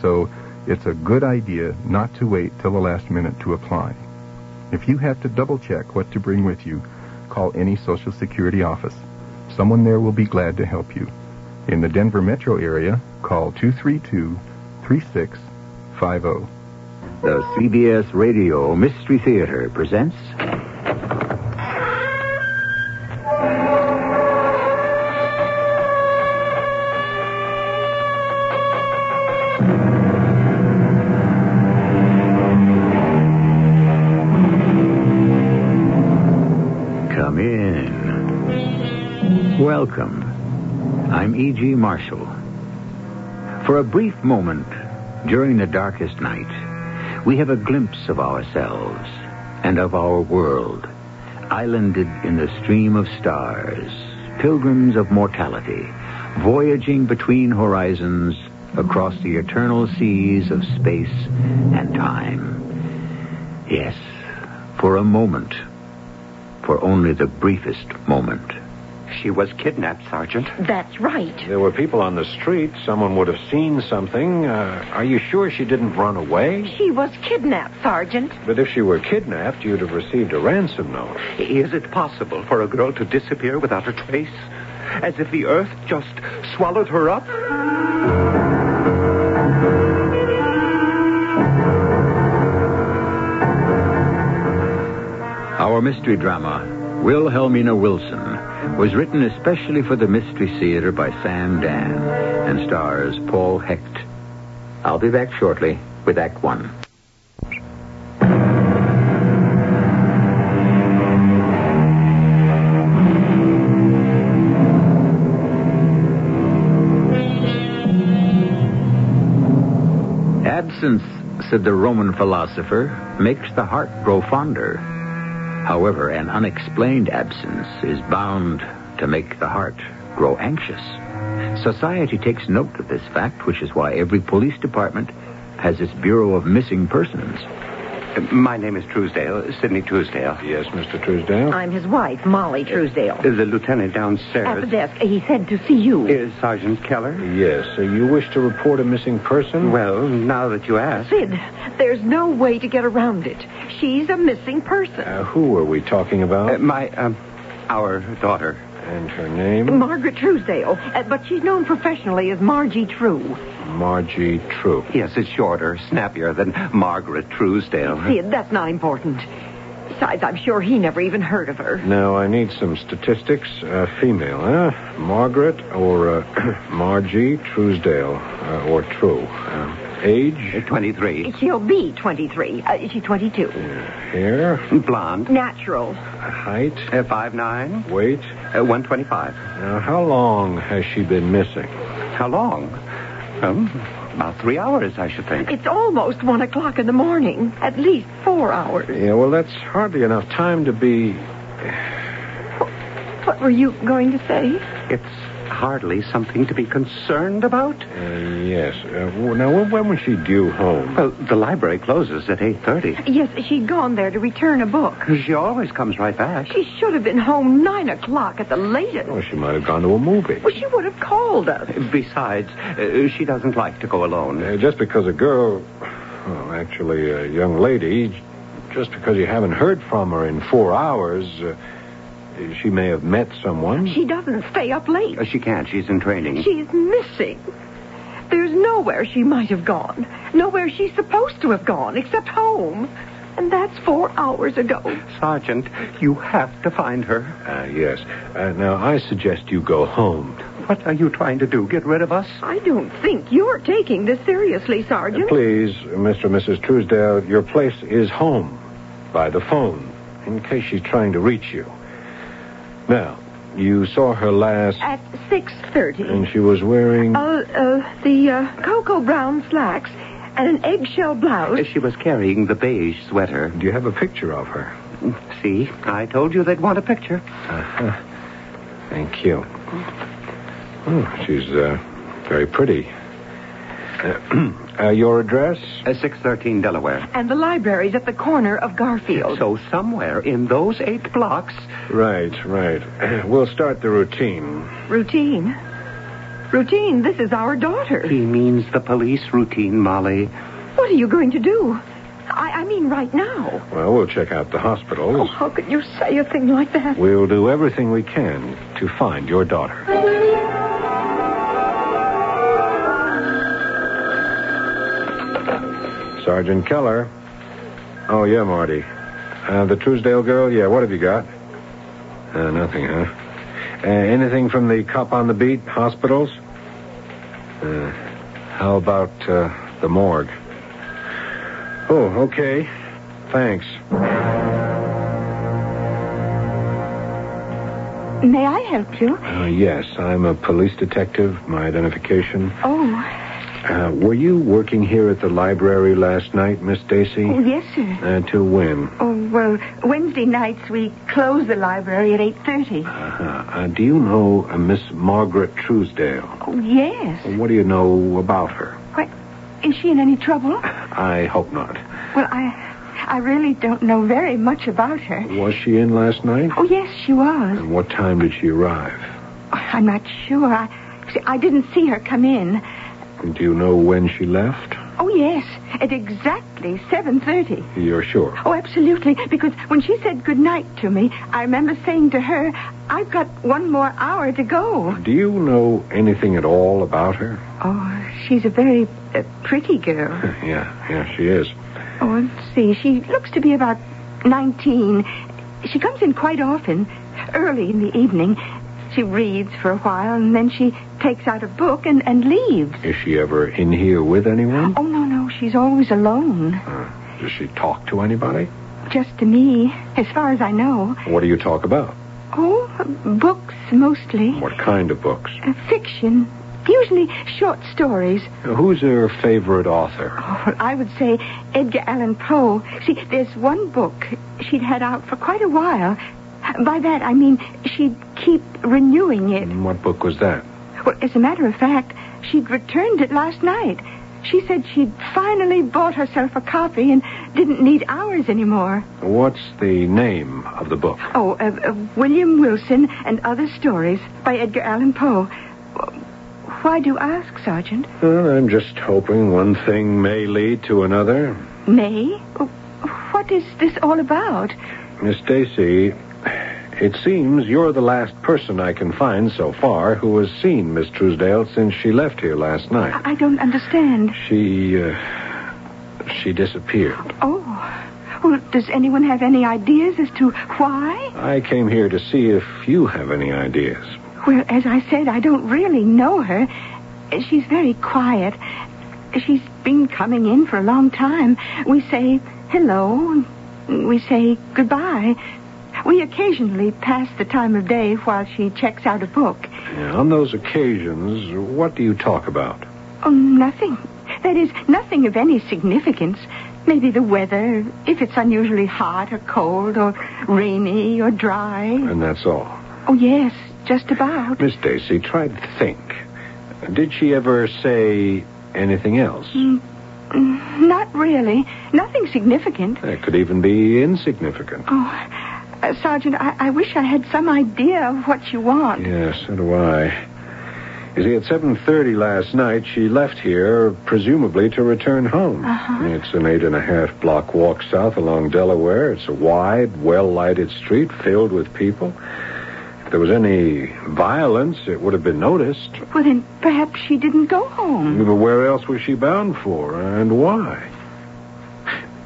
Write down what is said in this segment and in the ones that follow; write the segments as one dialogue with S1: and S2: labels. S1: So it's a good idea not to wait till the last minute to apply. If you have to double check what to bring with you, call any Social Security office. Someone there will be glad to help you. In the Denver metro area, call 232 3650.
S2: The CBS Radio Mystery Theater presents. Come in. Welcome. I'm E.G. Marshall. For a brief moment, during the darkest night, we have a glimpse of ourselves and of our world, islanded in the stream of stars, pilgrims of mortality, voyaging between horizons across the eternal seas of space and time. Yes, for a moment, for only the briefest moment.
S3: She was kidnapped, Sergeant.
S4: That's right.
S5: There were people on the street. Someone would have seen something. Uh, are you sure she didn't run away?
S4: She was kidnapped, Sergeant.
S5: But if she were kidnapped, you'd have received a ransom note.
S3: Is it possible for a girl to disappear without a trace? As if the earth just swallowed her up?
S2: Our mystery drama, Wilhelmina Wilson, was written especially for the Mystery Theater by Sam Dan and stars Paul Hecht. I'll be back shortly with Act One. Absence, said the Roman philosopher, makes the heart grow fonder. However, an unexplained absence is bound to make the heart grow anxious. Society takes note of this fact, which is why every police department has its Bureau of Missing Persons.
S3: My name is Truesdale, Sidney Truesdale.
S5: Yes, Mr. Truesdale?
S4: I'm his wife, Molly Truesdale.
S3: The lieutenant
S4: At the
S3: downstairs
S4: desk, he said to see you.
S3: is Sergeant Keller.
S5: Yes. So you wish to report a missing person?
S3: Well, now that you ask.
S4: Sid, there's no way to get around it. She's a missing person.
S5: Uh, who were we talking about?
S3: Uh, my, um, our daughter.
S5: and her name?
S4: Margaret Truesdale, uh, but she's known professionally as Margie True.
S5: Margie True.
S3: Yes, it's shorter, snappier than Margaret
S2: Uh-huh.
S3: Truesdale.
S4: Sid, that's not important. Besides, I'm sure he never even heard of her.
S5: Now, I need some statistics. Uh, female, huh? Margaret or uh, Margie Truesdale uh, or True. Um, age,
S3: 23.
S4: She'll be 23. Uh, she's 22.
S5: hair,
S3: Blonde.
S4: Natural.
S5: height,
S3: Uh, 5'9",
S5: weight.
S3: uh, 125.
S5: Now, how long has she been missing?
S3: How long? Um, about three hours, I should think.
S4: It's almost 1 o'clock in the morning. At least four hours.
S5: Yeah, well, that's hardly enough time to be.
S4: What were you going to say?
S3: It's hardly something to be concerned about.
S5: Uh, yes. Uh, w- now, when, when was she due home?
S3: Well, the library closes at 8.30.
S4: Yes, she'd gone there to return a book.
S3: She always comes right back.
S4: She should have been home nine o'clock at the latest.
S5: Well, she might have gone to a movie.
S4: Well, she would have called us.
S3: Besides, uh, she doesn't like to go alone.
S5: Uh, just because a girl, well, actually a young lady, j- just because you haven't heard from her in four hours, uh, she may have met someone.
S4: She doesn't stay up late.
S2: Oh,
S3: Uh, She can't. She's in training.
S4: She's missing. There's nowhere she might have gone. Nowhere she's supposed to have gone, except home. And that's four hours ago.
S3: Sergeant, you have to find her.
S5: Uh, yes. Uh, now, I suggest you go home.
S3: What are you trying to do? Get rid of us?
S4: I don't think you're taking this seriously, Sergeant.
S5: Uh, Please, Mr. and Mrs. Truesdale, your place is home by the phone in case she's trying to reach you. Now, you saw her last,
S4: At 6.30.
S5: and she was wearing.
S4: Uh, uh, the uh, cocoa brown slacks and an eggshell blouse.
S3: Uh, She was carrying the beige sweater.
S5: Do you have a picture of her?
S3: See, I told you they'd want a picture.
S5: Thank you. Oh, she's uh, very pretty. Uh, uh, your address?
S3: Uh, 613 Delaware.
S4: And the library's at the corner of Garfield.
S3: So somewhere in those eight blocks,
S5: Right, right. We'll start the routine.
S4: Routine.
S6: Routine, this is our daughter.
S2: He means the police routine, Molly.
S6: What are you going to do? I, I mean, right now.
S5: Well, we'll check out the hospitals.
S6: Oh, how could you say a thing like that?
S5: We'll do everything we can to find your daughter. Sergeant Keller. Oh, yeah, Marty. Uh, the Truesdale girl, yeah, what have you got? Uh, nothing, huh? Uh, anything from the cop on the beat, hospitals? Uh, how about uh, the morgue? Oh, okay. Thanks.
S6: May I help you?
S5: Uh, yes, I'm a police detective. My identification.
S6: Oh,
S5: Uh, were you working here at the library last night, Miss Stacy?
S4: Oh, yes, sir.
S5: Uh, to when?
S4: Oh, well, Wednesday nights we close the library at 8.30.
S5: Uh-huh. Uh, do you know uh, Miss Margaret Truesdale?
S4: Oh, yes.
S5: What do you know about her?
S4: Why, is she in any trouble?
S5: I hope not.
S4: Well, I, I really don't know very much about her.
S5: Was she in last night?
S4: Oh, yes, she was.
S5: And what time did she arrive?
S4: I'm not sure. I, see, I didn't see her come in.
S5: Do you know when she left?
S4: Oh, yes, at exactly 7.30.
S5: You're sure?
S4: Oh, absolutely, because when she said good night to me, I remember saying to her, I've got one more hour to go.
S5: Do you know anything at all about her?
S4: Oh, she's a very uh, pretty girl.
S5: yeah, yeah, she is.
S4: Oh, let's see. She looks to be about 19. She comes in quite often, early in the evening. She reads for a while, and then she takes out a book and, and leaves.
S5: Is she ever in here with anyone?
S4: Oh, no, no. She's always alone.
S5: Uh, does she talk to anybody?
S4: Just to me, as far as I know.
S5: What do you talk about?
S4: Oh, books mostly.
S5: What kind of books?
S4: Uh, fiction. Usually short stories.
S5: Who's her favorite author?
S4: Oh, well, I would say Edgar Allan Poe. See, there's one book she'd had out for quite a while. By that, I mean she'd keep renewing it.
S5: And what book was that?
S4: Well, as a matter of fact, she'd returned it last night. She said she'd finally bought herself a copy and didn't need ours anymore.
S5: What's the name of the book?
S4: Oh, uh, uh, William Wilson and Other Stories by Edgar Allan Poe. W- Why do you ask, Sergeant?
S5: Well, I'm just hoping one thing may lead to another.
S4: May? Oh, What is this all about?
S5: Miss Stacy, it seems you're the last person I can find so far who has seen Miss Truesdale since she left here last night.
S4: I I don't understand.
S5: She, uh, she disappeared.
S4: Oh. Well, does anyone have any ideas as to why?
S5: I came here to see if you have any ideas.
S4: Well, as I said, I don't really know her. She's very quiet. She's been coming in for a long time. We say hello, and we say goodbye. We occasionally pass the time of day while she checks out a book.
S5: Yeah, on those occasions, what do you talk about?
S4: Oh, nothing. That is, nothing of any significance. Maybe the weather, if it's unusually hot or cold or rainy or dry.
S5: And that's all.
S4: Oh, yes, just about.
S5: Miss Stacy, try to think. Did she ever say anything else?
S4: Not really. Nothing significant.
S5: That could even be insignificant.
S4: Oh, uh, Sergeant, I, I wish I had some idea of what you want.
S5: Yes, so do I. You see, at 7.30 last night, she left here, presumably to return home. It's an eight-and-a-half block walk south along Delaware. It's a wide, well-lighted street filled with people. If there was any violence, it would have been noticed.
S4: Well, then perhaps she didn't go home.
S5: But where else was she bound for, and why?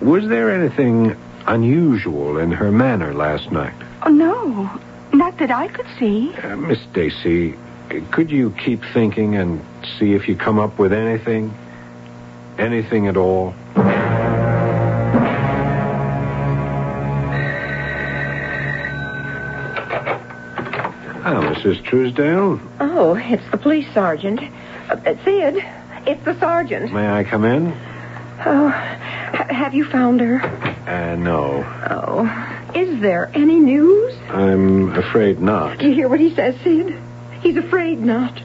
S5: Was there anything unusual in her manner last night?
S4: Oh, no. Not that I could see.
S5: Uh, Miss Stacy, could you keep thinking and see if you come up with anything? Anything at all? Ah, Mrs. Truesdale,
S6: Oh, it's the police sergeant. Uh, uh, Sid, it's the sergeant.
S5: may I come in?
S6: Oh, ha- have you found her?
S5: Uh, no,
S6: Oh, is there any news?
S5: I'm afraid not.
S6: Do you hear what he says, Sid? He's afraid not.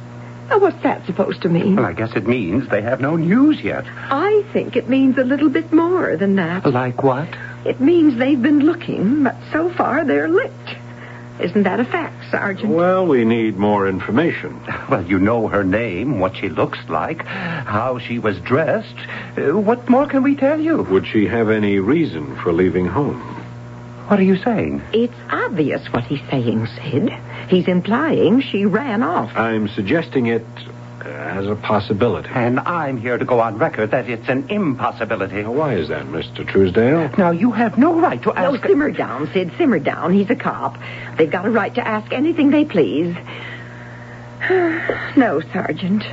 S6: Now, what's that supposed to mean?
S2: Well, I guess it means they have no news yet.
S6: I think it means a little bit more than that.
S2: Like what?
S6: It means they've been looking, but so far they're licked.
S4: Isn't that a fact, Sergeant?
S5: Well, we need more information.
S2: Well, you know her name, what she looks like, how she was dressed. Uh, what more can we tell you?
S5: Would she have any reason for leaving home?
S2: What are you saying?
S4: It's obvious what he's saying, Sid. He's implying she ran off.
S5: I'm suggesting it as a possibility.
S2: And I'm here to go on record that it's an impossibility.
S5: Now, why is that, Mr. Truesdale?
S2: Now, you have no right to
S4: No,
S2: ask.
S4: Oh, simmer down, Sid. Simmer down. He's a cop. They've got a right to ask anything they please. no, Sergeant.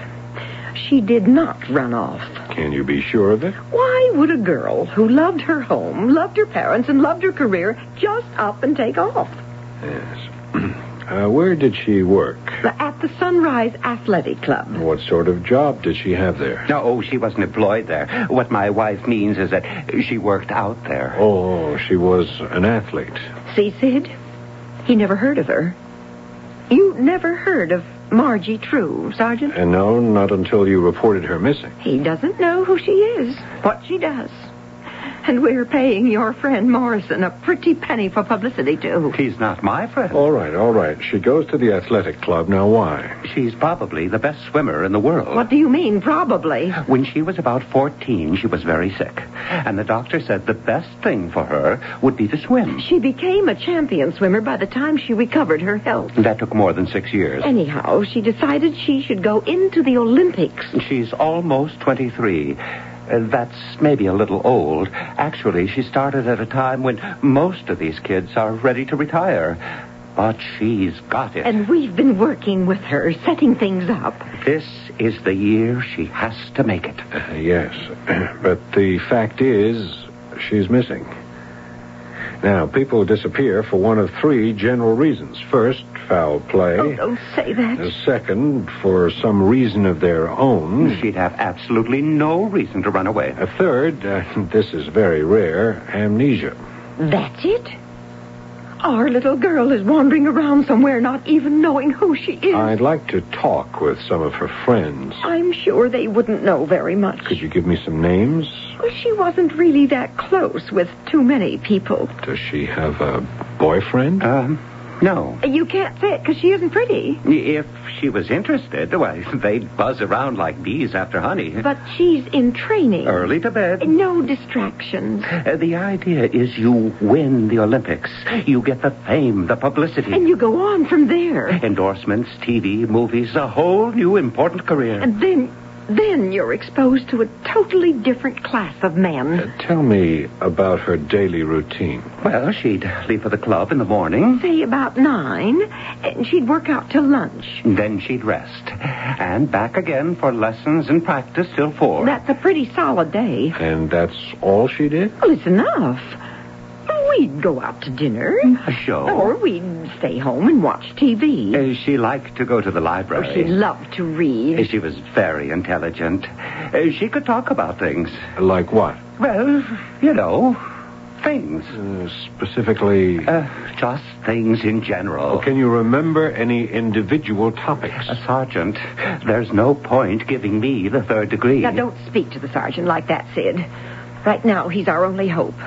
S4: She did not run off.
S5: Can you be sure of it?
S4: Why would a girl who loved her home, loved her parents, and loved her career just up and take off?
S5: Yes. Uh, where did she work?
S4: At the Sunrise Athletic Club.
S5: What sort of job did she have there?
S2: No, oh, she wasn't employed there. What my wife means is that she worked out there.
S5: Oh, she was an athlete.
S4: See, Sid? He never heard of her. You never heard of Margie True, Sergeant?
S5: And no, not until you reported her missing.
S4: He doesn't know who she is, what she does. And we're paying your friend Morrison a pretty penny for publicity, too.
S2: She's not my friend.
S5: All right, all right. She goes to the athletic club. Now, why?
S2: She's probably the best swimmer in the world.
S4: What do you mean, probably?
S2: When she was about 14, she was very sick. And the doctor said the best thing for her would be to swim.
S4: She became a champion swimmer by the time she recovered her health.
S2: That took more than six years.
S4: Anyhow, she decided she should go into the Olympics.
S2: She's almost 23. Uh, that's maybe a little old. Actually, she started at a time when most of these kids are ready to retire. But she's got it.
S4: And we've been working with her, setting things up.
S2: this is the year she has to make it.
S5: Uh, yes. but the fact is, she's missing. Now, people disappear for one of three general reasons. First, foul play.
S4: Oh, don't say
S5: Uh,
S4: that.
S5: Second, for some reason of their own.
S2: She'd have absolutely no reason to run away.
S5: A third, uh, this is very rare, amnesia.
S4: That's it? Our little girl is wandering around somewhere not even knowing who she is.
S5: I'd like to talk with some of her friends.
S4: I'm sure they wouldn't know very much.
S5: Could you give me some names?
S4: Well, she wasn't really that close with too many people.
S5: Does she have a boyfriend?
S2: Um, no.
S4: You can't say it because she isn't pretty.
S2: If she was interested, why, they'd buzz around like bees after honey.
S4: But she's in training.
S2: Early to bed.
S4: No distractions.
S2: Uh, the idea is you win the Olympics. You get the fame, the publicity.
S4: And you go on from there.
S2: Endorsements, TV, movies, a whole new important career.
S4: And then, then you're exposed to a totally different class of
S5: Uh,
S4: men.
S5: Tell me about her daily routine.
S2: well, she'd leave for the club in the morning,
S4: Say about nine, and she'd work out till lunch.
S2: then she'd rest, and back again for lessons and practice till four.
S4: That's a pretty solid day.
S5: And that's all she did?
S4: Well, it's enough. We'd go out to dinner.
S2: A show.
S4: Or we'd stay home and watch TV.
S2: Uh, she liked to go to the
S4: Oh, she
S2: library.
S4: loved to read.
S2: She was very intelligent. Uh, she could talk about things.
S5: Like what?
S2: Well, you know, things.
S5: Uh, specifically,
S2: Uh, just things in general.
S5: can you remember any individual topics?
S2: Uh, Sergeant, there's no point giving me the third degree.
S4: Now, don't speak to the sergeant like that, Sid. Right now, he's our only hope.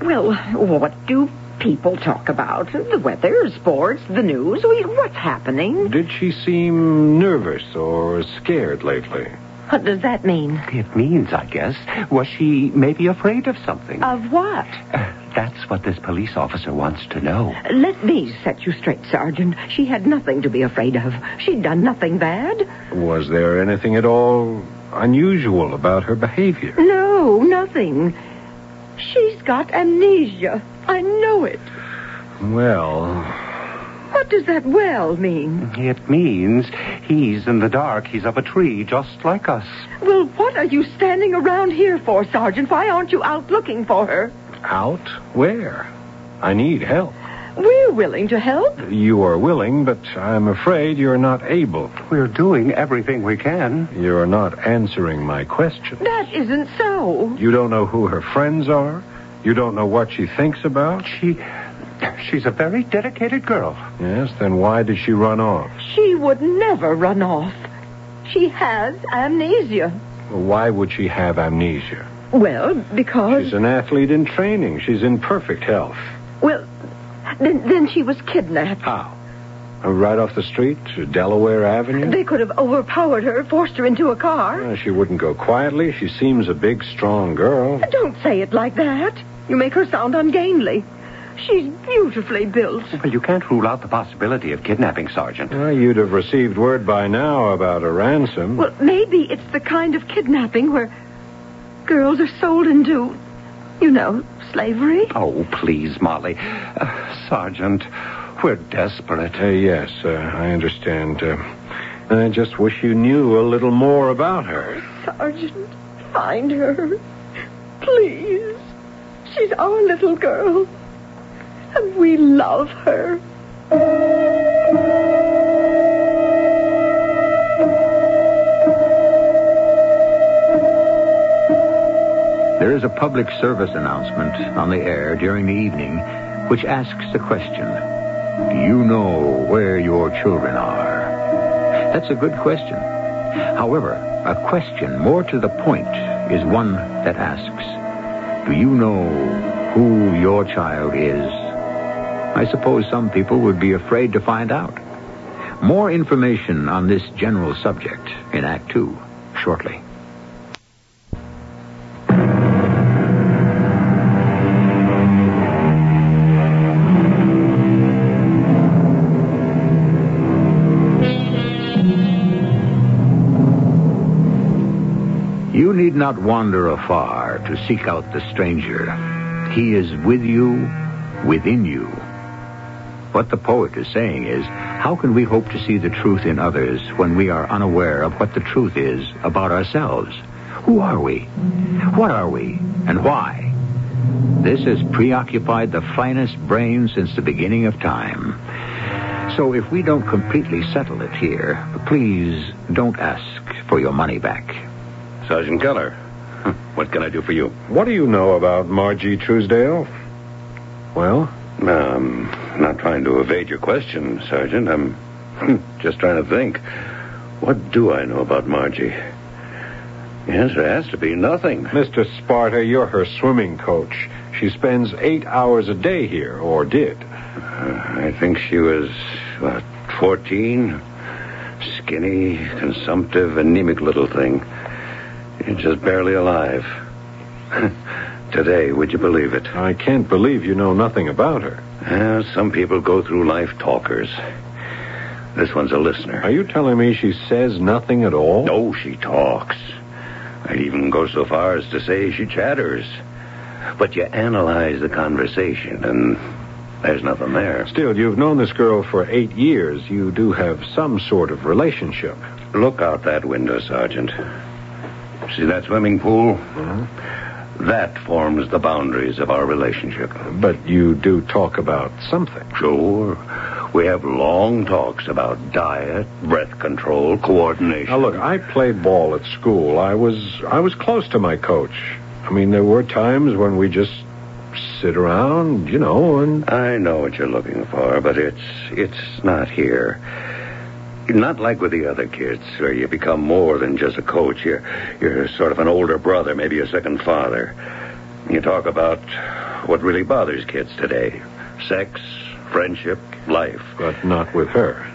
S4: Well, what do people talk about? The weather, sports, the news, we- what's happening?
S5: Did she seem nervous or scared lately?
S4: What does that mean?
S2: It means, I guess, was she maybe afraid of something?
S4: Of what?
S2: Uh, that's what this police officer wants to know.
S4: Let me set you straight, Sergeant. She had nothing to be afraid of. She'd done nothing bad.
S5: Was there anything at all unusual about her behavior?
S4: No, nothing. She's got amnesia. I know it.
S5: Well,
S4: What does that well mean?
S2: It means he's in the dark. He's up a tree, just like us.
S4: Well, what are you standing around here for, Sergeant? Why aren't you out looking for her?
S5: out where? I need help.
S4: We're willing to help.
S5: You are willing, but I'm afraid you're not able.
S2: We're doing everything we can.
S5: You're not answering my question.
S4: That isn't so.
S5: You don't know who her friends are. You don't know what she thinks about.
S2: She. She's a very dedicated girl.
S5: Yes, then why did she run off?
S4: She would never run off. She has amnesia.
S5: Why would she have amnesia?
S4: Well, because.
S5: She's an athlete in training. She's in perfect health.
S4: Well, Then, then she was kidnapped.
S5: How? Uh, Right off the street, to Delaware Avenue?
S4: They could have overpowered her, forced her into a car.
S5: Uh, she wouldn't go quietly. She seems a big, strong girl.
S4: Don't say it like that. You make her sound ungainly. She's beautifully built.
S2: Well, you can't rule out the possibility of kidnapping, Sergeant.
S5: Well, Uh, you'd have received word by now about a ransom.
S4: Well, maybe it's the kind of kidnapping where girls are sold into, you know, slavery.
S2: Oh, please, Molly. Uh, Sergeant, we're desperate. eh?
S5: Uh, yes, uh, I understand. Uh, I just wish you knew a little more about her.
S4: Sergeant, find her. Please. She's our little girl. And we love her.
S7: There is a public service announcement on the air during the evening which asks the question Do you know where your children are? That's a good question. However, a question more to the point is one that asks Do you know who your child is? I suppose some people would be afraid to find out. More information on this general subject in Act Two shortly. You need not wander afar to seek out the stranger. He is with you, within you. What the poet is saying is, how can we hope to see the truth in others when we are unaware of what the truth is about ourselves? Who are we? What are we? And why? This has preoccupied the finest brain since the beginning of time. So if we don't completely settle it here, please don't ask for your money back.
S2: Sergeant Keller, what can I do for you?
S5: What do you know about Margie Truesdale? Well,
S2: Um, not trying to evade your question, Sergeant. I'm just trying to think. What do I know about Margie? The answer has to be nothing.
S5: Mr. Sparta, you're her swimming coach. She spends eight hours a day here, or did.
S2: Uh, I think she was, what, 14? Skinny, consumptive, anemic little thing. Just barely alive. Today, would you believe it?
S5: I can't believe you know nothing about her.
S2: Well, some people go through life talkers. This one's a listener.
S5: Are you telling me she says nothing at all?
S2: No, she talks. I'd even go so far as to say she chatters. But you analyze the conversation, and there's nothing there.
S5: Still, you've known this girl for eight years. You do have some sort of relationship.
S2: Look out that window, Sergeant. See that swimming pool? That forms the boundaries of our relationship.
S5: But you do talk about something.
S2: Sure. We have long talks about diet, breath control, coordination.
S5: Now look, I played ball at school. I was I was close to my coach. I mean, there were times when we just sit around, you know, and
S2: I know what you're looking for, but it's it's not here. Not like with the other kids, where you become more than just a coach. You're you're sort of an older brother, maybe a second father. You talk about what really bothers kids today: sex, friendship, life.
S5: but not with her.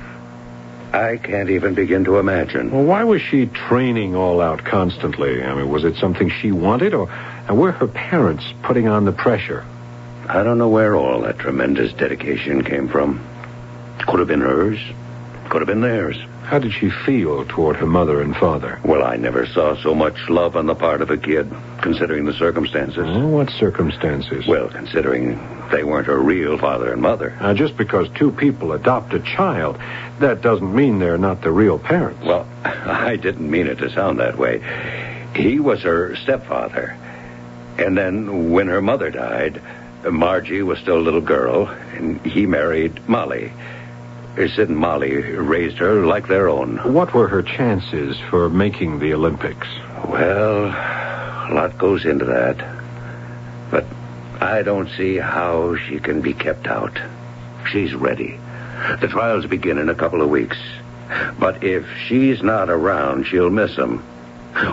S2: I can't even begin to imagine.
S5: Well, why was she training all out constantly? I mean, was it something she wanted, or and were her parents putting on the pressure?
S2: I don't know where all that tremendous dedication came from. Could have been hers. Could have been theirs.
S5: How did she feel toward her mother and father?
S2: Well, I never saw so much love on the part of a kid, considering the circumstances.
S5: Well, what circumstances?
S2: Well, considering they weren't her real father and mother.
S5: now, just because two people adopt a child, that doesn't mean they're not the real parents.
S2: Well, I didn't mean it to sound that way. He was her stepfather. And then when her mother died, Margie was still a little girl, and he married Molly. Sid and Molly raised her like their own.
S5: What were her chances for making the Olympics?
S2: Well, a lot goes into that. But I don't see how she can be kept out. She's ready. The trials begin in a couple of weeks. But if she's not around, she'll miss them.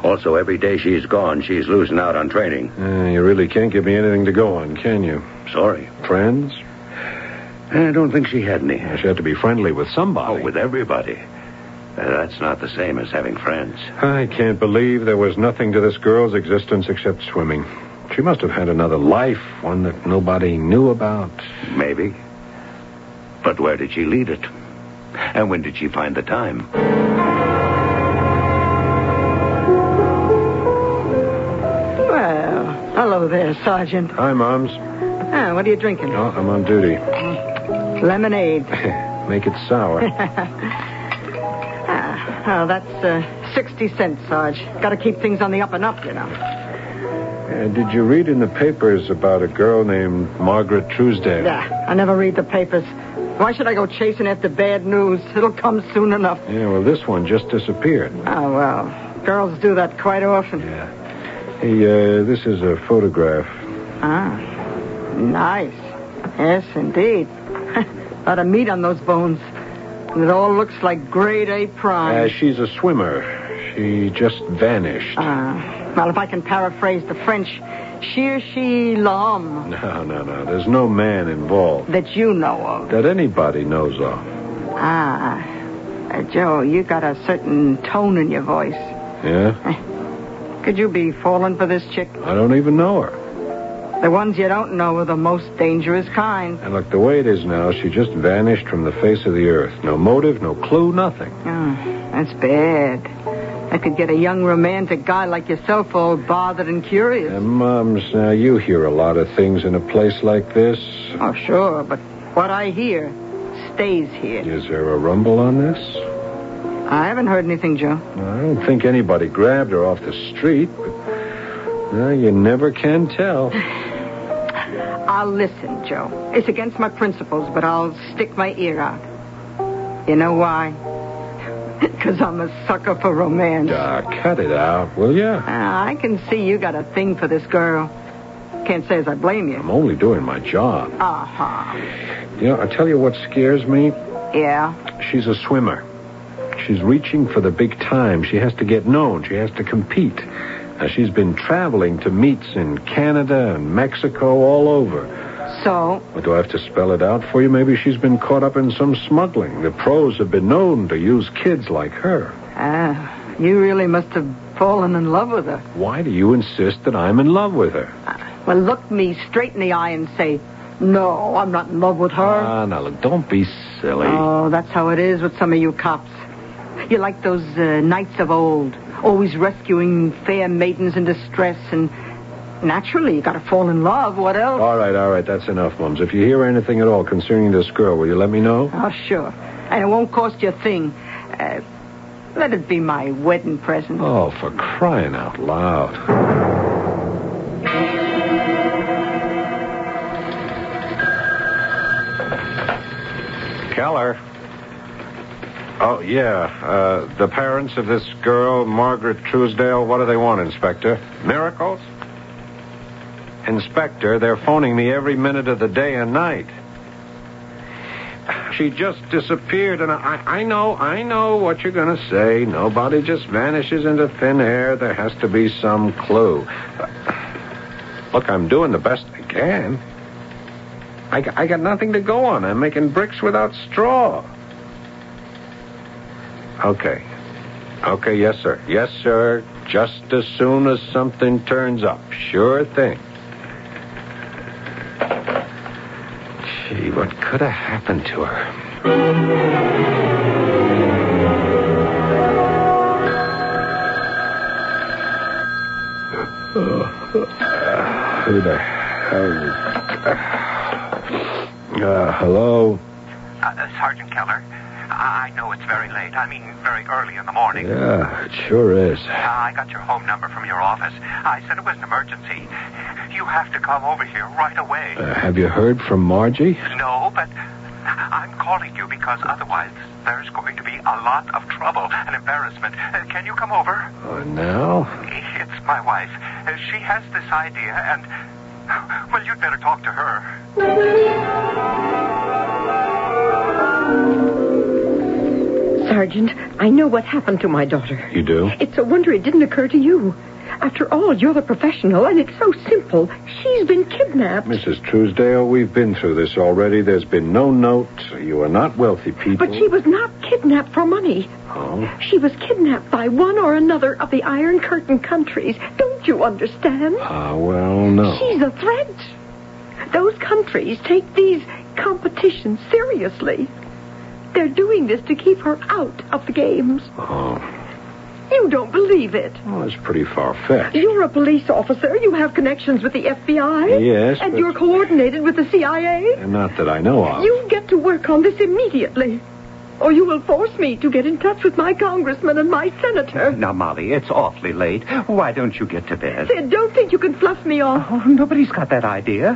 S2: Also, every day she's gone, she's losing out on training.
S5: Uh, you really can't give me anything to go on, can you?
S2: Sorry.
S5: Friends?
S3: I don't think she had any.
S5: She had to be friendly with somebody.
S3: Oh, with everybody. Uh, that's not the same as having friends.
S5: I can't believe there was nothing to this girl's existence except swimming. She must have had another life, one that nobody knew about.
S3: Maybe. But where did she lead it? And when did she find the time?
S4: Well, hello there, Sergeant.
S5: Hi, Moms.
S4: Ah, what are you drinking?
S5: Oh, I'm on duty.
S4: Lemonade.
S5: Make it sour.
S4: Oh, that's uh, 60 cents, Sarge. Got to keep things on the up and up, you know.
S5: Uh, did you read in the papers about a girl named Margaret Truesdale?
S4: Yeah, I never read the papers. Why should I go chasing after bad news? It'll come soon enough.
S5: Yeah, well, this one just disappeared.
S4: Oh, well, girls do that quite often.
S5: Hey, uh, this is a photograph.
S4: Ah, nice. Yes, indeed. Lot of meat on those bones. And it all looks like grade A
S5: Uh,
S4: prime.
S5: she's a swimmer. She just vanished.
S4: Ah, well, if I can paraphrase the French, sheer she l'homme
S5: No, no, no. There's no man involved
S4: that you know of.
S5: that anybody knows of.
S4: Ah, uh, Joe, you got a certain tone in your voice.
S5: Yeah?
S4: Could you be falling for this chick?
S5: I don't even know her.
S4: The ones you don't know are the most dangerous kind.
S5: And look, the way it is now, she just vanished from the face of the earth. No motive, no clue, nothing.
S4: Oh, that's bad. That could get a young romantic guy like yourself all bothered and curious.
S5: And, Moms, now you hear a lot of things in a place like this.
S4: Oh, sure, but what I hear stays here.
S5: Is there a rumble on this?
S4: I haven't heard anything, Joe.
S5: I don't think anybody grabbed her off the street, but well, you never can tell.
S4: I'll listen, Joe. It's against my principles, but I'll stick my ear out. You know why? Because I'm a sucker for romance.
S5: Ah, cut it out, will you?
S4: Ah, I can see you got a thing for this girl. Can't say as I blame you.
S5: I'm only doing my job.
S4: Uh-huh.
S5: You know, I tell you what scares me.
S4: Yeah.
S5: She's a swimmer. She's reaching for the big time. She has to get known. She has to compete. Now, she's been traveling to meets in Canada and Mexico, all over.
S4: So,
S5: Well, do I have to spell it out for you? Maybe she's been caught up in some smuggling. The pros have been known to use kids like her.
S4: ah, you really must have fallen in love with her.
S5: Why do you insist that I'm in love with her?
S4: Well, look me straight in the eye and say, no, I'm not in love with her.
S5: Ah, now, look, don't be silly.
S4: oh, that's how it is with some of you cops. You're like those uh, knights of old, always rescuing fair maidens in distress, and naturally, you gotta fall in love. What else?
S5: all right, all right, that's enough, Mums. If you hear anything at all concerning this girl, will you let me know?
S4: Oh, sure. And it won't cost you a thing. Uh, let it be my wedding present.
S5: Oh, for crying out loud. Keller. Oh, yeah. Uh, the parents of this girl, Margaret Truesdale, what do they want, Inspector? Miracles? Inspector, they're phoning me every minute of the day and night. She just disappeared, and I, I know, I know what you're going to say. Nobody just vanishes into thin air. There has to be some clue. Look, I'm doing the best I can. I, g- I got nothing to go on. I'm making bricks without straw. Okay. Okay, yes, sir. Yes, sir. Just as soon as something turns up. Sure thing. Gee, what could have happened to her? Who the hell? Uh, hello?
S8: Uh, Sergeant Keller, I I know it's very late. I mean, very early in the morning.
S5: Yeah, it sure is.
S8: Uh, I got your home number from your office. I said it was an emergency. You have to come over here right away.
S5: Uh, have you heard from Margie?
S8: No, but I'm calling you because otherwise there's going to be a lot of trouble and embarrassment. Uh, can you come over?
S5: Uh, now?
S8: It's my wife. Uh, she has this idea, and, well, you'd better talk to her.
S9: Sergeant, I know what happened to my daughter.
S5: You do?
S9: It's a wonder it didn't occur to you. After all, you're the professional, and it's so simple. She's been kidnapped.
S5: Mrs. Truesdale, we've been through this already. There's been no note. You are not wealthy people.
S9: But she was not kidnapped for money.
S5: Oh.
S9: She was kidnapped by one or another of the Iron Curtain countries. Don't you understand?
S5: Ah, well, no.
S9: She's a threat. Those countries take these competitions seriously. They're doing this to keep her out of the games.
S5: Oh,
S9: You don't believe it.
S5: well, that's pretty far-fetched.
S9: You're a police officer. You have connections with the FBI.
S5: Yes,
S9: And
S5: but-
S9: you're coordinated with the CIA.
S5: Not that I know of.
S9: You get to work on this immediately, or you will force me to get in touch with my congressman and my
S2: Uh,
S9: senator.
S2: Now, Molly, it's awfully late. Why don't you get to bed?
S9: Sid, don't think you can fluff me off.
S2: Oh, nobody's got that idea.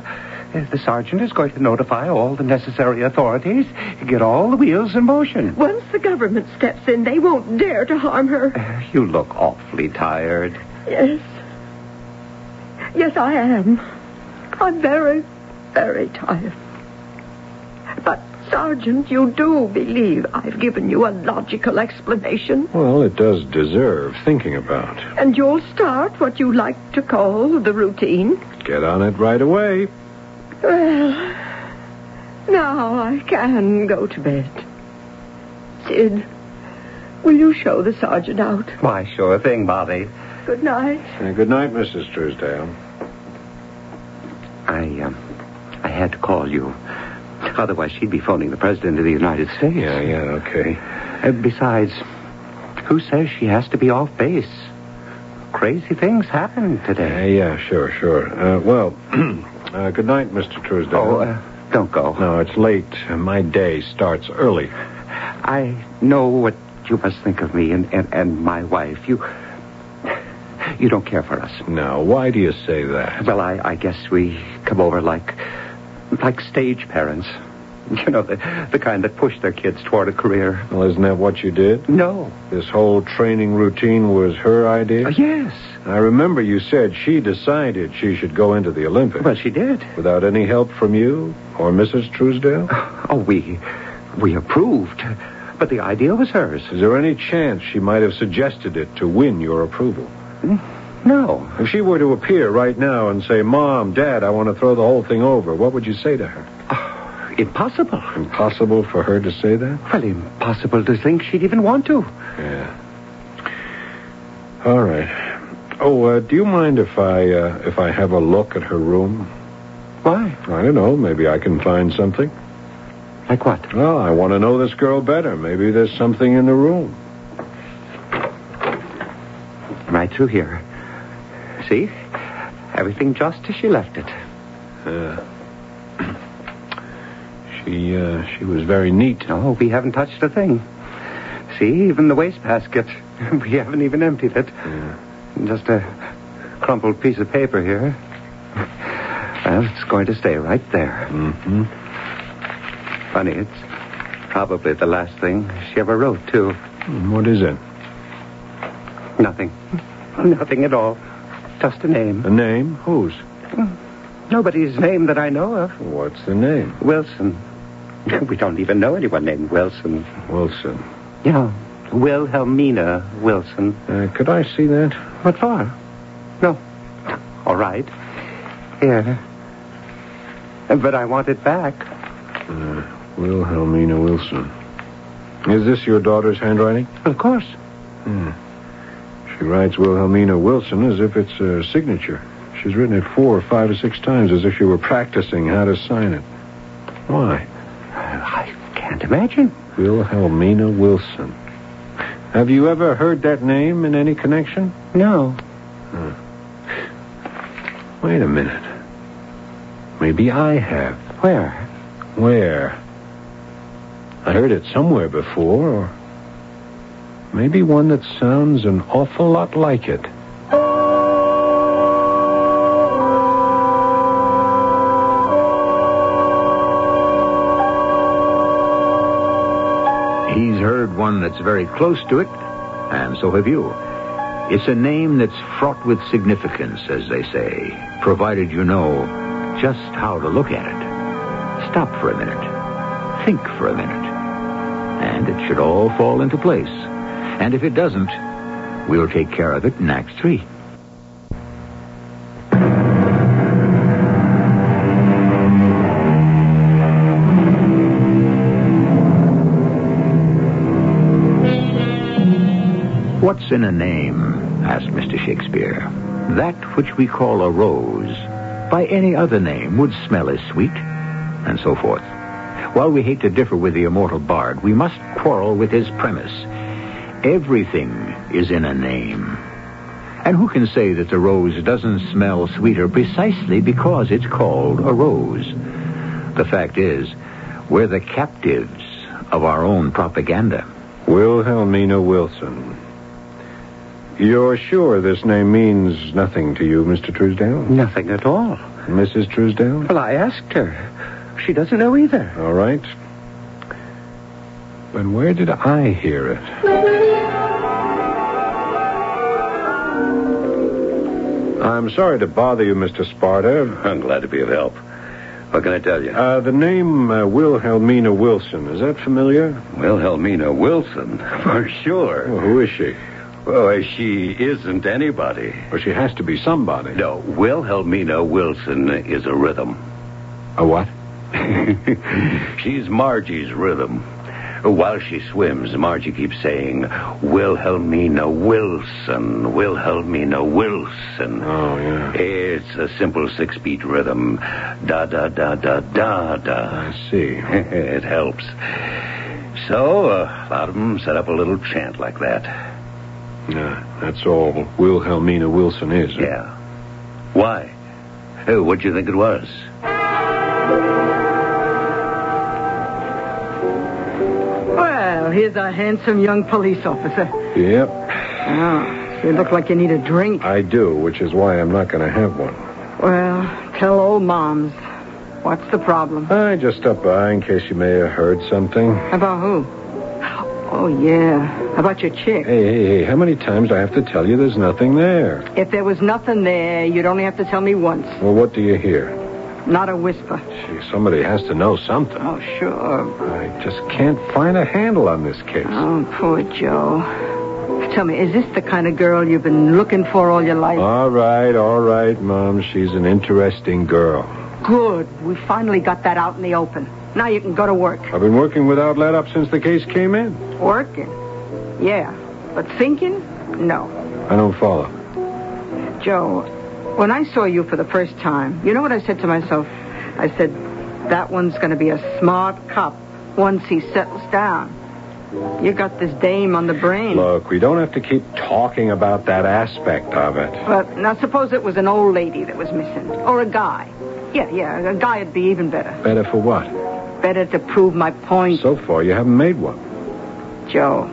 S2: Uh, The sergeant is going to notify all the necessary authorities, get all the wheels in motion.
S9: Once the government steps in, they won't dare to harm her.
S2: Uh, You look awfully tired.
S9: Yes. Yes, I am. I'm very, very tired. But, Sergeant, you do believe I've given you a logical explanation,
S5: Well, it does deserve thinking about.
S9: and you'll start what you like to call the routine.
S5: Get on it right away.
S9: Well, now I can go to bed. Sid, will you show the sergeant out?
S2: Why, sure thing, Molly.
S9: Good night.
S5: Uh, good night, Mrs. Truesdale.
S2: I, um, I had to call you. Otherwise, she'd be phoning the President of the United States.
S5: Yeah, yeah, okay.
S2: Uh, besides, who says she has to be off base? Crazy things happen
S5: Yeah,
S2: today.
S5: yeah, sure, sure. Uh, well, uh, good night, Mr. Truesdale.
S2: Oh, uh, don't go.
S5: No, it's late. My day starts early.
S2: I know what you must think of me and, and, and my wife. You you don't care for us.
S5: Now, why do you say that?
S2: Well, I, I guess we come over like like stage parents. You know, the, the kind that push their kids toward a career.
S5: Well, isn't that what you did?
S2: No.
S5: This whole training routine was her idea?
S2: Uh, yes.
S5: I remember you said she decided she should go into the Olympics.
S2: Well, she did.
S5: Without any help from you or Mrs. Truesdale?
S2: Oh, we we approved. But the idea was hers.
S5: Is there any chance she might have suggested it to win your approval?
S2: No.
S5: If she were to appear right now and say, Mom, Dad, I want to throw the whole thing over, what would you say to her?
S2: Impossible.
S5: Impossible for her to say that?
S2: Well, impossible to think she'd even want to.
S5: Yeah. All right. Oh, uh, do you mind if I uh, if I have a look at her room?
S2: Why?
S5: I don't know. Maybe I can find something.
S2: Like what?
S5: Well, I want to know this girl better. Maybe there's something in the room.
S2: Right through here. See? Everything just as she left it.
S5: Uh, she uh, she was very neat.
S2: No, we haven't touched a thing. See, even the wastebasket. we haven't even emptied it.
S5: Hmm,
S2: Just a crumpled piece of paper here. Well, it's going to stay right there.
S5: Mm-hmm.
S2: Funny, it's probably the last thing she ever wrote, too.
S5: What is it?
S2: Nothing. Nothing at all. Just a name.
S5: A name? Whose?
S2: Nobody's name that I know of.
S5: What's the name?
S2: Wilson. We don't even know anyone named Wilson.
S5: Wilson.
S2: Yeah, Wilhelmina Wilson.
S5: Uh, could I see that?
S2: What for? No. All right. Here. But I want it back.
S5: Uh, Wilhelmina Wilson. Is this your daughter's handwriting?
S2: Of course.
S5: She writes Wilhelmina Wilson as if it's her signature. She's written it four or five or six times as if she were practicing how to sign it. Why?
S2: I can't imagine.
S5: Wilhelmina Wilson. Have you ever heard that name in any connection? Hmm.
S2: No.
S5: Wait a minute. Maybe I have.
S2: Where?
S5: Where? I heard it somewhere before, or maybe one that sounds an awful lot like it.
S2: He's heard one that's very close to it, and so have you. It's a name that's fraught with significance, as they say, provided you know just how to look at it. Stop for a minute. Think for a minute. And it should all fall into place. And if it doesn't, we'll take care of it in Act 3. What's in a name? asked Mr. Shakespeare. That which we call a rose, by any other name, would smell as sweet, and so forth. While we hate to differ with the immortal bard, we must quarrel with his premise. Everything is in a name. And who can say that the rose doesn't smell sweeter precisely because it's called a rose? The fact is, we're the captives of our own propaganda.
S5: Wilhelmina Wilson. You're sure this name means nothing to you, Mr. Truesdale?
S3: Nothing at all.
S5: Mrs. Truesdale?
S3: Well, I asked her. She doesn't know either.
S5: All right. But where did I hear it? I'm sorry to bother you, Mr. Sparta.
S3: I'm glad to be of help. What can I tell you?
S5: Uh, the name uh, Wilhelmina Wilson, is that familiar?
S3: Wilhelmina Wilson, for
S5: Well,
S3: sure.
S5: who is she?
S3: Well, uh, she isn't anybody.
S5: Well, she has to be somebody.
S3: No, Wilhelmina Wilson is a rhythm.
S5: A what?
S3: She's Margie's rhythm. While she swims, Margie keeps saying, Wilhelmina Wilson, Wilhelmina Wilson.
S5: Oh, yeah.
S3: It's a simple six beat rhythm. Da da da da da da.
S5: I see.
S3: it helps. So, uh, a lot of 'em set up a little chant like that.
S5: Yeah, that's all Wilhelmina Wilson is.
S3: Yeah. Why? Hey, what'd you think it was?
S4: Well, here's a handsome young police officer.
S5: Yep,
S4: Oh, you look like you need a drink.
S5: I do, which is why I'm not going to have one.
S4: Well, tell old moms. What's the problem?
S5: I just stopped by in case you may have heard something.
S4: About who? Oh, yeah. About your chick.
S5: Hey, hey, hey, how many times do I have to tell you there's nothing there?
S4: If there was nothing there, you'd only have to tell me once.
S5: Well, what do you hear?
S4: Not a whisper.
S5: Gee, somebody has to know something.
S4: Oh, sure.
S5: I just can't find a handle on this case.
S4: Oh, poor Joe. Tell me, is this the kind of girl you've been looking for all your life?
S5: All right, all right, Mom. She's an interesting girl.
S4: Good. We finally got that out in the open. Now you can go to work.
S5: I've been working without let up since the case came in.
S4: Working? Yeah. But thinking? No.
S5: I don't follow.
S4: Joe, when I saw you for the first time, you know what I said to myself? I said, that one's going to be a smart cop once he settles down. You got this dame on the brain.
S5: Look, we don't have to keep talking about that aspect of it.
S4: But now suppose it was an old lady that was missing, or a guy. Yeah, yeah, a guy would be even better.
S5: Better for what?
S4: Better to prove my point,
S5: So far, you haven't made one.
S4: Joe.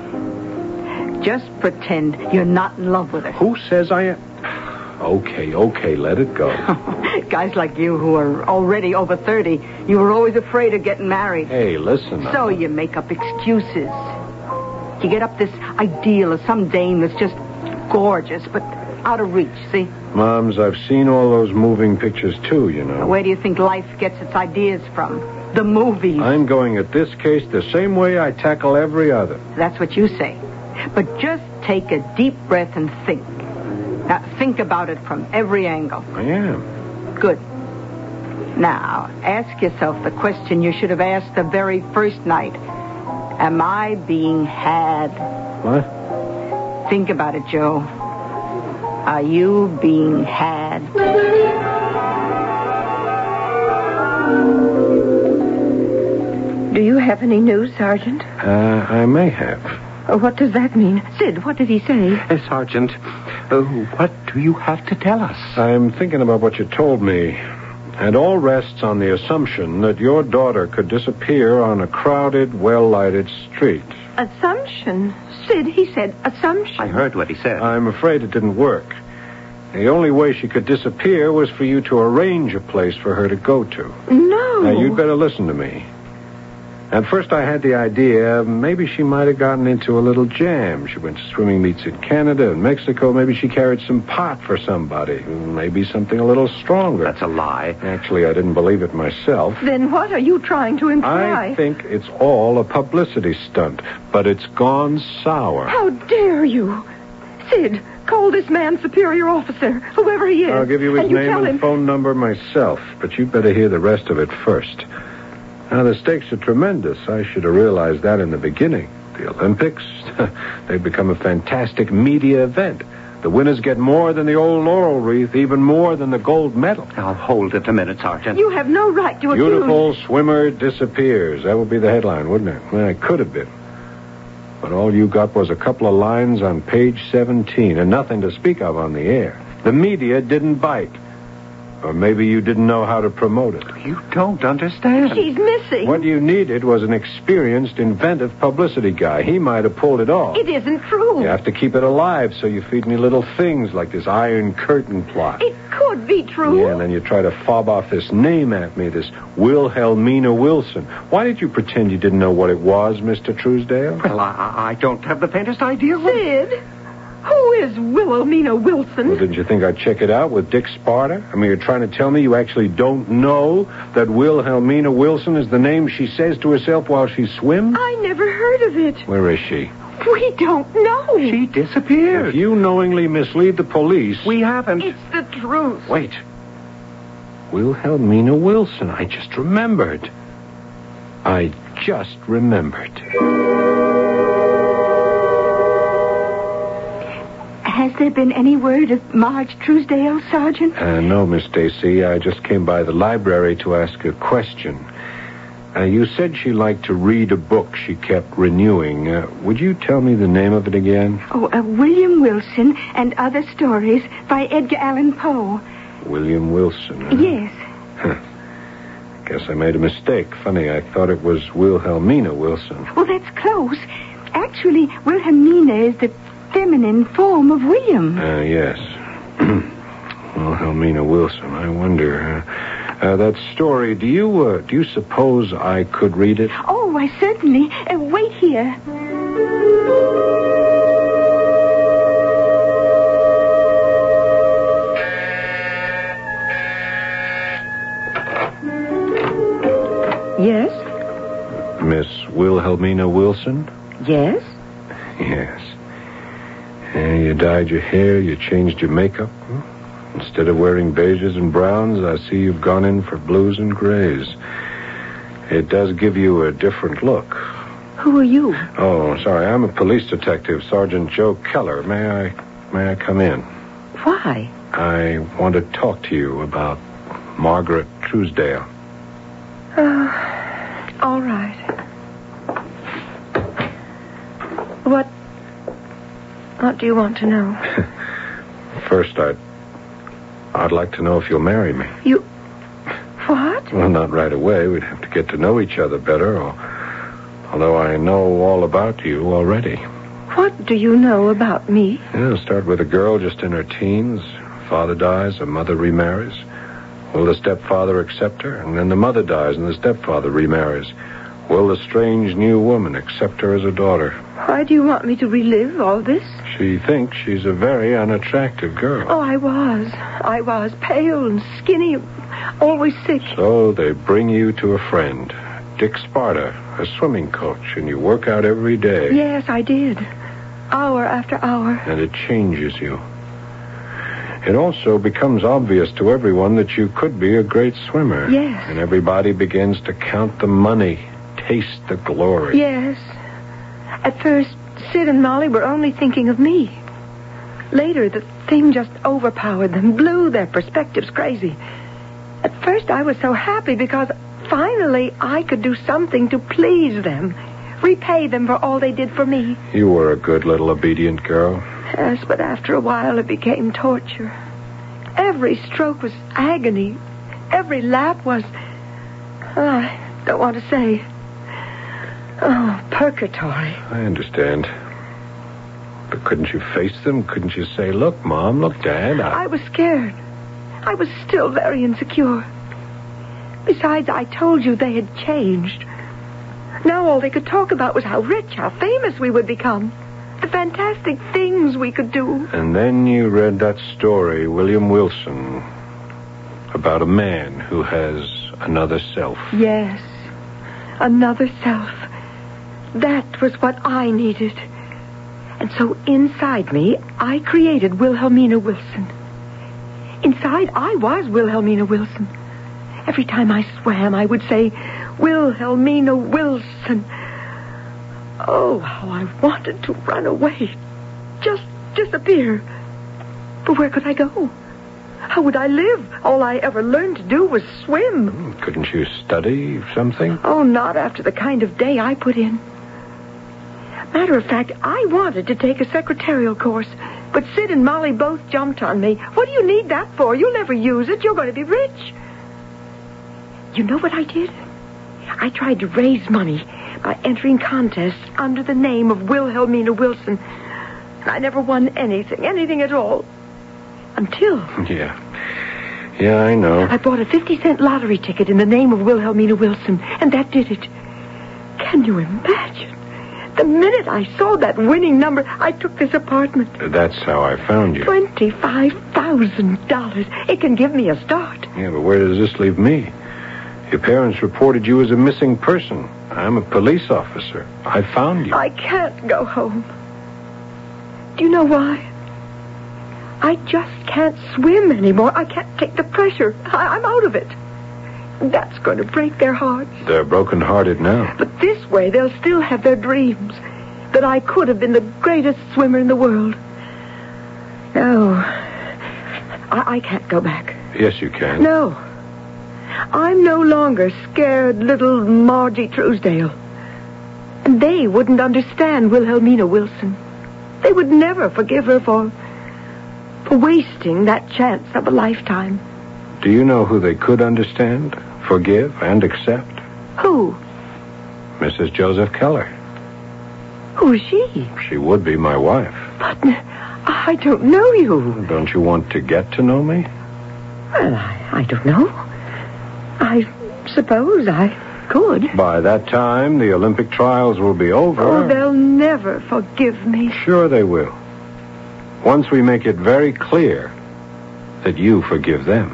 S4: Just pretend you're not in love with her.
S5: Who says I am? Okay, okay, let it go.
S4: Guys like you who are already over 30, you were always afraid of getting married.
S5: hey, listen.
S4: So
S5: I'm-
S4: you make up excuses. You get up this ideal of some dame that's just gorgeous, but out of reach, see?
S5: Moms, I've seen all those moving pictures too, you know.
S4: Where do you think life gets its ideas from? The movies.
S5: I'm going at this case the same way I tackle every other.
S4: That's what you say. But just take a deep breath and think. Now, think about it from every angle.
S5: I am.
S4: Good. Now, ask yourself the question you should have asked the very first night. Am I being had?
S5: What?
S4: Think about it, Joe. Are you being had?
S9: Do you have any news, Sergeant?
S5: Uh, I may have.
S9: Uh, What does that mean? Sid, what did he say?
S3: Uh, Sergeant, uh, what do you have to tell us?
S5: I'm thinking about what you told me. It all rests on the assumption that your daughter could disappear on a crowded, well-lighted street.
S9: Assumption. Sid, he said assumption.
S3: I heard what he said.
S5: I'm afraid it didn't work. The only way she could disappear was for you to arrange a place for her to go to.
S9: No.
S5: Now, you'd better listen to me. At first, I had the idea maybe she might have gotten into a little jam. She went to swimming meets in Canada and Mexico. Maybe she carried some pot for somebody. Maybe something a little stronger.
S3: That's a lie.
S5: Actually, I didn't believe it myself.
S9: Then what are you trying to imply?
S5: I think it's all a publicity stunt, but it's gone sour.
S9: How dare you? Sid, call this man superior officer, whoever he is.
S5: I'll give you his
S9: and you
S5: name
S9: tell
S5: and
S9: him.
S5: phone number myself, but you'd better hear the rest of it first. Now, the stakes are tremendous. I should have realized that in the beginning. The Olympics? They've become a fantastic media event. The winners get more than the old laurel wreath, even more than the gold medal.
S3: Now, hold it a minute, Sergeant.
S10: You have no right to accuse...
S5: Beautiful swimmer disappears. That would be the headline, wouldn't it? Well, it could have been. But all you got was a couple of lines on page 17 and nothing to speak of on the air. The media didn't bite. Or maybe you didn't know how to promote it.
S3: You don't understand.
S10: She's missing.
S5: What you needed was an experienced, inventive publicity guy. He might have pulled it off.
S10: It isn't true.
S5: You have to keep it alive, so you feed me little things like this Iron Curtain plot.
S10: It could be
S9: Uh-huh.
S10: true.
S5: Yeah, and then you try to fob off this name at me, this Wilhelmina Wilson. Why did you pretend you didn't know what it was, Mr. Truesdale?
S3: Well, I, I don't have the faintest idea. what-
S10: Sid, who is Wilhelmina
S5: Well,
S10: Wilson?
S5: didn't you think I'd check it out with Dick Sparta? I mean, you're trying to tell me you actually don't know that Wilhelmina Wilson is the name she says to herself while she swims?
S10: I never heard of it.
S5: Where is she?
S10: We don't know.
S3: She
S5: If
S3: disappeared.
S5: you knowingly mislead the police.
S3: We haven't.
S10: It's the truth.
S5: Wait. Wilhelmina Wilson. I just remembered. I just remembered.
S10: Has there been any word of Marge Truesdale, Sergeant?
S5: Uh, no, Miss Stacy. I just came by the library to ask a question. Uh, you said she liked to read a book she kept renewing. Uh, would you tell me the name of it again?
S10: Oh, uh, William Wilson and Other Stories by Edgar Allan Poe.
S5: William Wilson. huh?
S10: Yes.
S5: Guess I made a mistake. Funny, I thought it was Wilhelmina Wilson.
S10: Well, that's close. Actually, Wilhelmina is the feminine form of William.
S5: Uh, yes. Wilhelmina Wilson. I wonder. Uh, uh, that story. Do you uh, do you suppose I could read it?
S10: Oh, why, certainly. Uh, wait here.
S9: Yes?
S5: Miss Wilhelmina Wilson.
S9: Yes?
S5: Yes. Yeah, you dyed your hair. You changed your makeup. Instead of wearing beiges and browns, I see you've gone in for blues and grays. It does give you a different look.
S9: Who are you?
S5: Oh, sorry. I'm a police detective, Sergeant Joe Keller. May I may I come in?
S9: Why?
S5: I want to talk to you about Margaret Truesdale.
S10: Uh,
S9: All right. What. What do you want to know?
S5: First, I'd, I'd like to know if you'll marry me.
S9: You. What?
S5: Well, not right away. We'd have to get to know each other better, or, although I know all about you already.
S9: What do you know about me?
S5: Yeah, start with a girl just in her teens. Father dies, her mother remarries. Will the stepfather accept her? And then the mother dies, and the stepfather remarries. Will the strange new woman accept her as a daughter?
S9: Why do you want me to relive all this?
S5: She thinks she's a very unattractive girl.
S9: Oh, I was. I was pale and skinny, always sick.
S5: So they bring you to a friend, Dick Sparta, a swimming coach, and you work out every day,
S9: Yes, I did. Hour after hour.
S5: and it changes you. It also becomes obvious to everyone that you could be a great swimmer.
S9: Yes.
S5: And everybody begins to count the money, taste the glory.
S9: Yes. At first, Sid and Molly were only thinking of me. Later, the thing just overpowered them, blew their perspectives crazy. At first, I was so happy because finally I could do something to please them, repay them for all they did for me.
S5: You were a good little obedient girl.
S9: Yes, but after a while it became torture. Every stroke was agony. Every lap was. oh, I don't want to say. Oh, purgatory.
S5: I understand. But couldn't you face them? Couldn't you say, look, Mom, look, Dad,
S9: I was scared. I was still very insecure. Besides, I told you they had changed. Now all they could talk about was how rich, how famous we would become, the fantastic things we could do.
S5: And then you read that story, William Wilson, about a man who has another self.
S9: Yes, another self. That was what I needed. And so inside me, I created Wilhelmina Wilson. Inside, I was Wilhelmina Wilson. Every time I swam, I would say, Wilhelmina Wilson. Oh, how I wanted to run away. Just disappear. But where could I go? How would I live? All I ever learned to do was swim.
S5: Couldn't you study something?
S9: Oh, not after the kind of day I put in. Matter of fact, I wanted to take a secretarial course, but Sid and Molly both jumped on me. What do you need that for? You'll never use it. You're going to be rich. You know what I did? I tried to raise money by entering contests under the name of Wilhelmina Wilson. And I never won anything, anything at all. Until
S5: Yeah. Yeah, I know.
S9: I bought a 50 cent lottery ticket in the name of Wilhelmina Wilson, and that did it. Can you imagine? The minute I saw that winning number, I took this apartment.
S5: That's how I found you.
S9: $25,000. It can give me a start.
S5: Yeah, but where does this leave me? Your parents reported you as a missing person. I'm a police officer. I found you.
S9: I can't go home. Do you know why? I just can't swim anymore. I can't take the pressure. I- I'm out of it. That's going to break their hearts.
S5: They're broken-hearted now.
S9: But this way, they'll still have their dreams that I could have been the greatest swimmer in the world. No, I, I can't go back.
S5: Yes, you can.
S9: No, I'm no longer scared little Margie Truesdale. And they wouldn't understand Wilhelmina Wilson. They would never forgive her for for wasting that chance of a lifetime.
S5: Do you know who they could understand, forgive, and accept?
S9: Who?
S5: Mrs. Joseph Keller.
S9: Who is she?
S5: She would be my wife.
S9: But I don't know you.
S5: Don't you want to get to know me?
S9: Well, I, I don't know. I suppose I could.
S5: By that time, the Olympic trials will be over.
S9: Oh, they'll never forgive me.
S5: Sure they will. Once we make it very clear that you forgive them.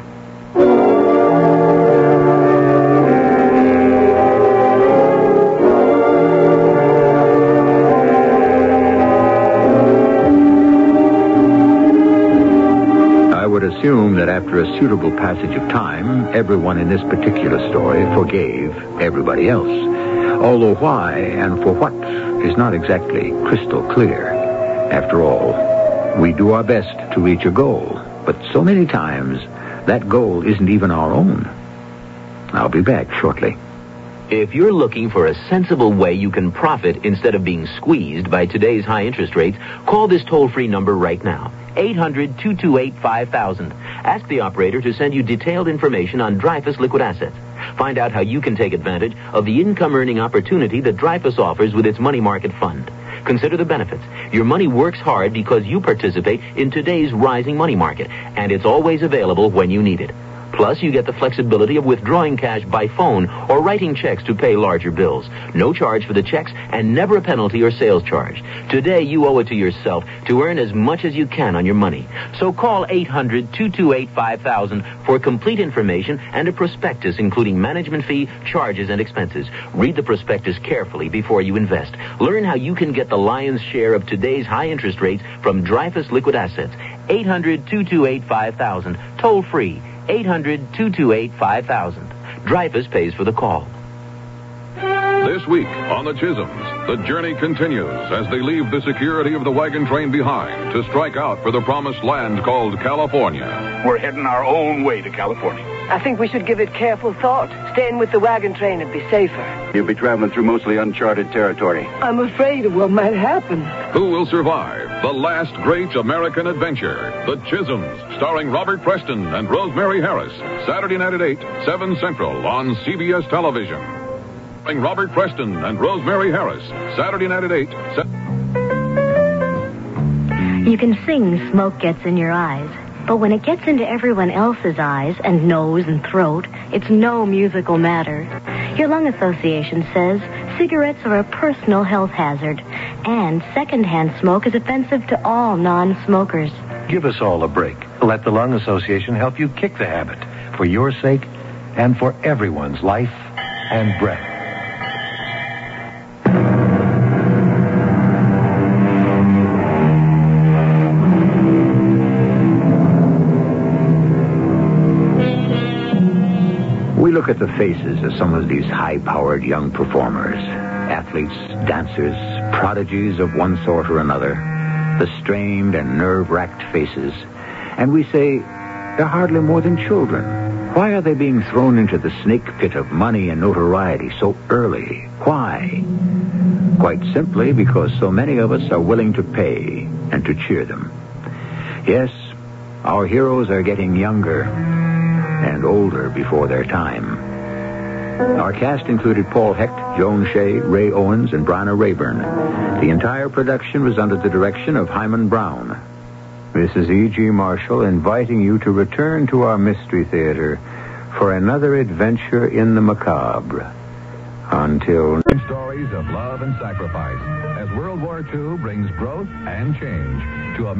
S2: I would assume that after a suitable passage of time, everyone in this particular story forgave everybody else. Although why and for what is not exactly crystal clear. After all, we do our best to reach a goal, but so many times that goal isn't even our own. I'll be back shortly.
S11: If you're looking for a sensible way you can profit instead of being squeezed by today's high interest rates, call this toll-free number right now. 800-228-5000. Ask the operator to send you detailed information on Dreyfus Liquid Assets. Find out how you can take advantage of the income-earning opportunity that Dreyfus offers with its money market fund. Consider the benefits. Your money works hard because you participate in today's rising money market, and it's always available when you need it. Plus, you get the flexibility of withdrawing cash by phone or writing checks to pay larger bills. No charge for the checks and never a penalty or sales charge. Today, you owe it to yourself to earn as much as you can on your money. So call 800-228-5000 for complete information and a prospectus including management fee, charges, and expenses. Read the prospectus carefully before you invest. Learn how you can get the lion's share of today's high interest rates from Dreyfus Liquid Assets. 800-228-5000. Toll free. 800-228-5000. Dreyfus pays for the call.
S12: This week on the Chisholms, the journey continues as they leave the security of the wagon train behind to strike out for the promised land called California.
S8: We're heading our own way to California.
S13: I think we should give it careful thought. Staying with the wagon train would be safer.
S14: You'll be traveling through mostly uncharted territory.
S13: I'm afraid of what might happen.
S12: Who will survive the last great American adventure? The Chisholms, starring Robert Preston and Rosemary Harris. Saturday night at 8, 7 Central on CBS Television. Starring Robert Preston and Rosemary Harris. Saturday night at 8, 7.
S15: You can sing Smoke Gets in Your Eyes, but when it gets into everyone else's eyes and nose and throat, it's no musical matter. Your lung association says cigarettes are a personal health hazard, and secondhand smoke is offensive to all non-smokers.
S16: Give us all a break. Let the Lung Association help you kick the habit for your sake and for everyone's life and breath.
S2: We look at the faces of some of these high powered young performers athletes, dancers, prodigies of one sort or another, the strained and nerve racked faces, and we say, they're hardly more than children. Why are they being thrown into the snake pit of money and notoriety so early? Why? Quite simply because so many of us are willing to pay and to cheer them. Yes, our heroes are getting younger and older before their time. Our cast included Paul Hecht, Joan Shea, Ray Owens, and Bryna Rayburn. The entire production was under the direction of Hyman Brown. This is E.G. Marshall inviting you to return to our Mystery Theater for another adventure in the macabre. Until.
S17: Stories of love and sacrifice as World War II brings growth and change to America.